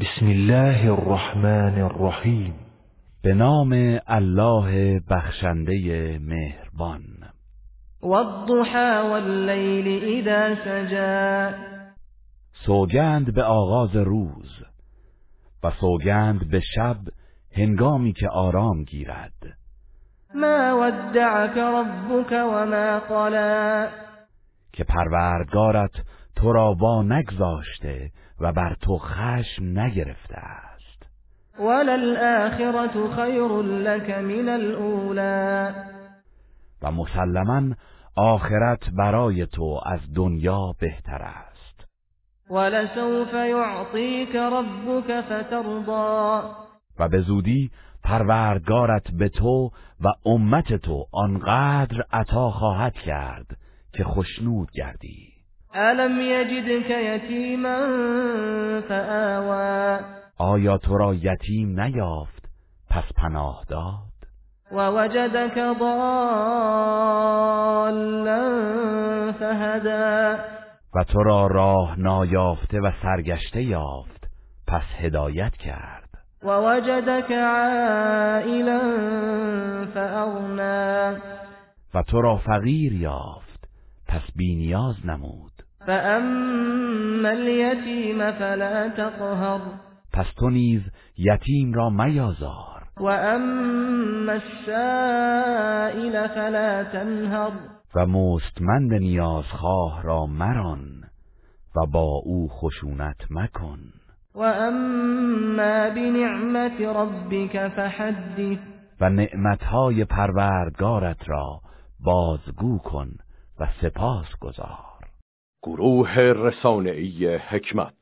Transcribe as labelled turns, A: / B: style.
A: بسم الله الرحمن الرحیم
B: به نام الله بخشنده مهربان
C: والضحى والليل إذا سجى
B: سوگند به آغاز روز و سوگند به شب هنگامی که آرام گیرد
C: ما ودعك ربك وما قلى
B: که پروردگارت تو را وا نگذاشته و بر تو خشم نگرفته است
C: وللآخرة خير لك من الأولى
B: و مسلما آخرت برای تو از دنیا بهتر است
C: ولسوف يعطيك ربك فترضى
B: و به زودی پروردگارت به تو و امت تو آنقدر عطا خواهد کرد که خشنود گردی
C: ألم يجدك يتيما فآوى
B: آیا تو را یتیم نیافت پس پناه داد
C: ووجدك ضالا فهدى
B: و تو را راه نایافته و سرگشته یافت پس هدایت کرد
C: ووجدك عائلا فأغنى
B: و تو را فقیر یافت پس بینیاز نمود
C: فأما اليتيم فلا تقهر
B: پس تو نیز یتیم را میازار
C: وأما السائل فلا تنهر
B: و مستمند نیازخواه را مران و با او خشونت مکن
C: وأما بنعمة ربك فحدث
B: و نعمتهای پروردگارت را بازگو کن و سپاس گذار
D: گروه رسانه‌ای حکمت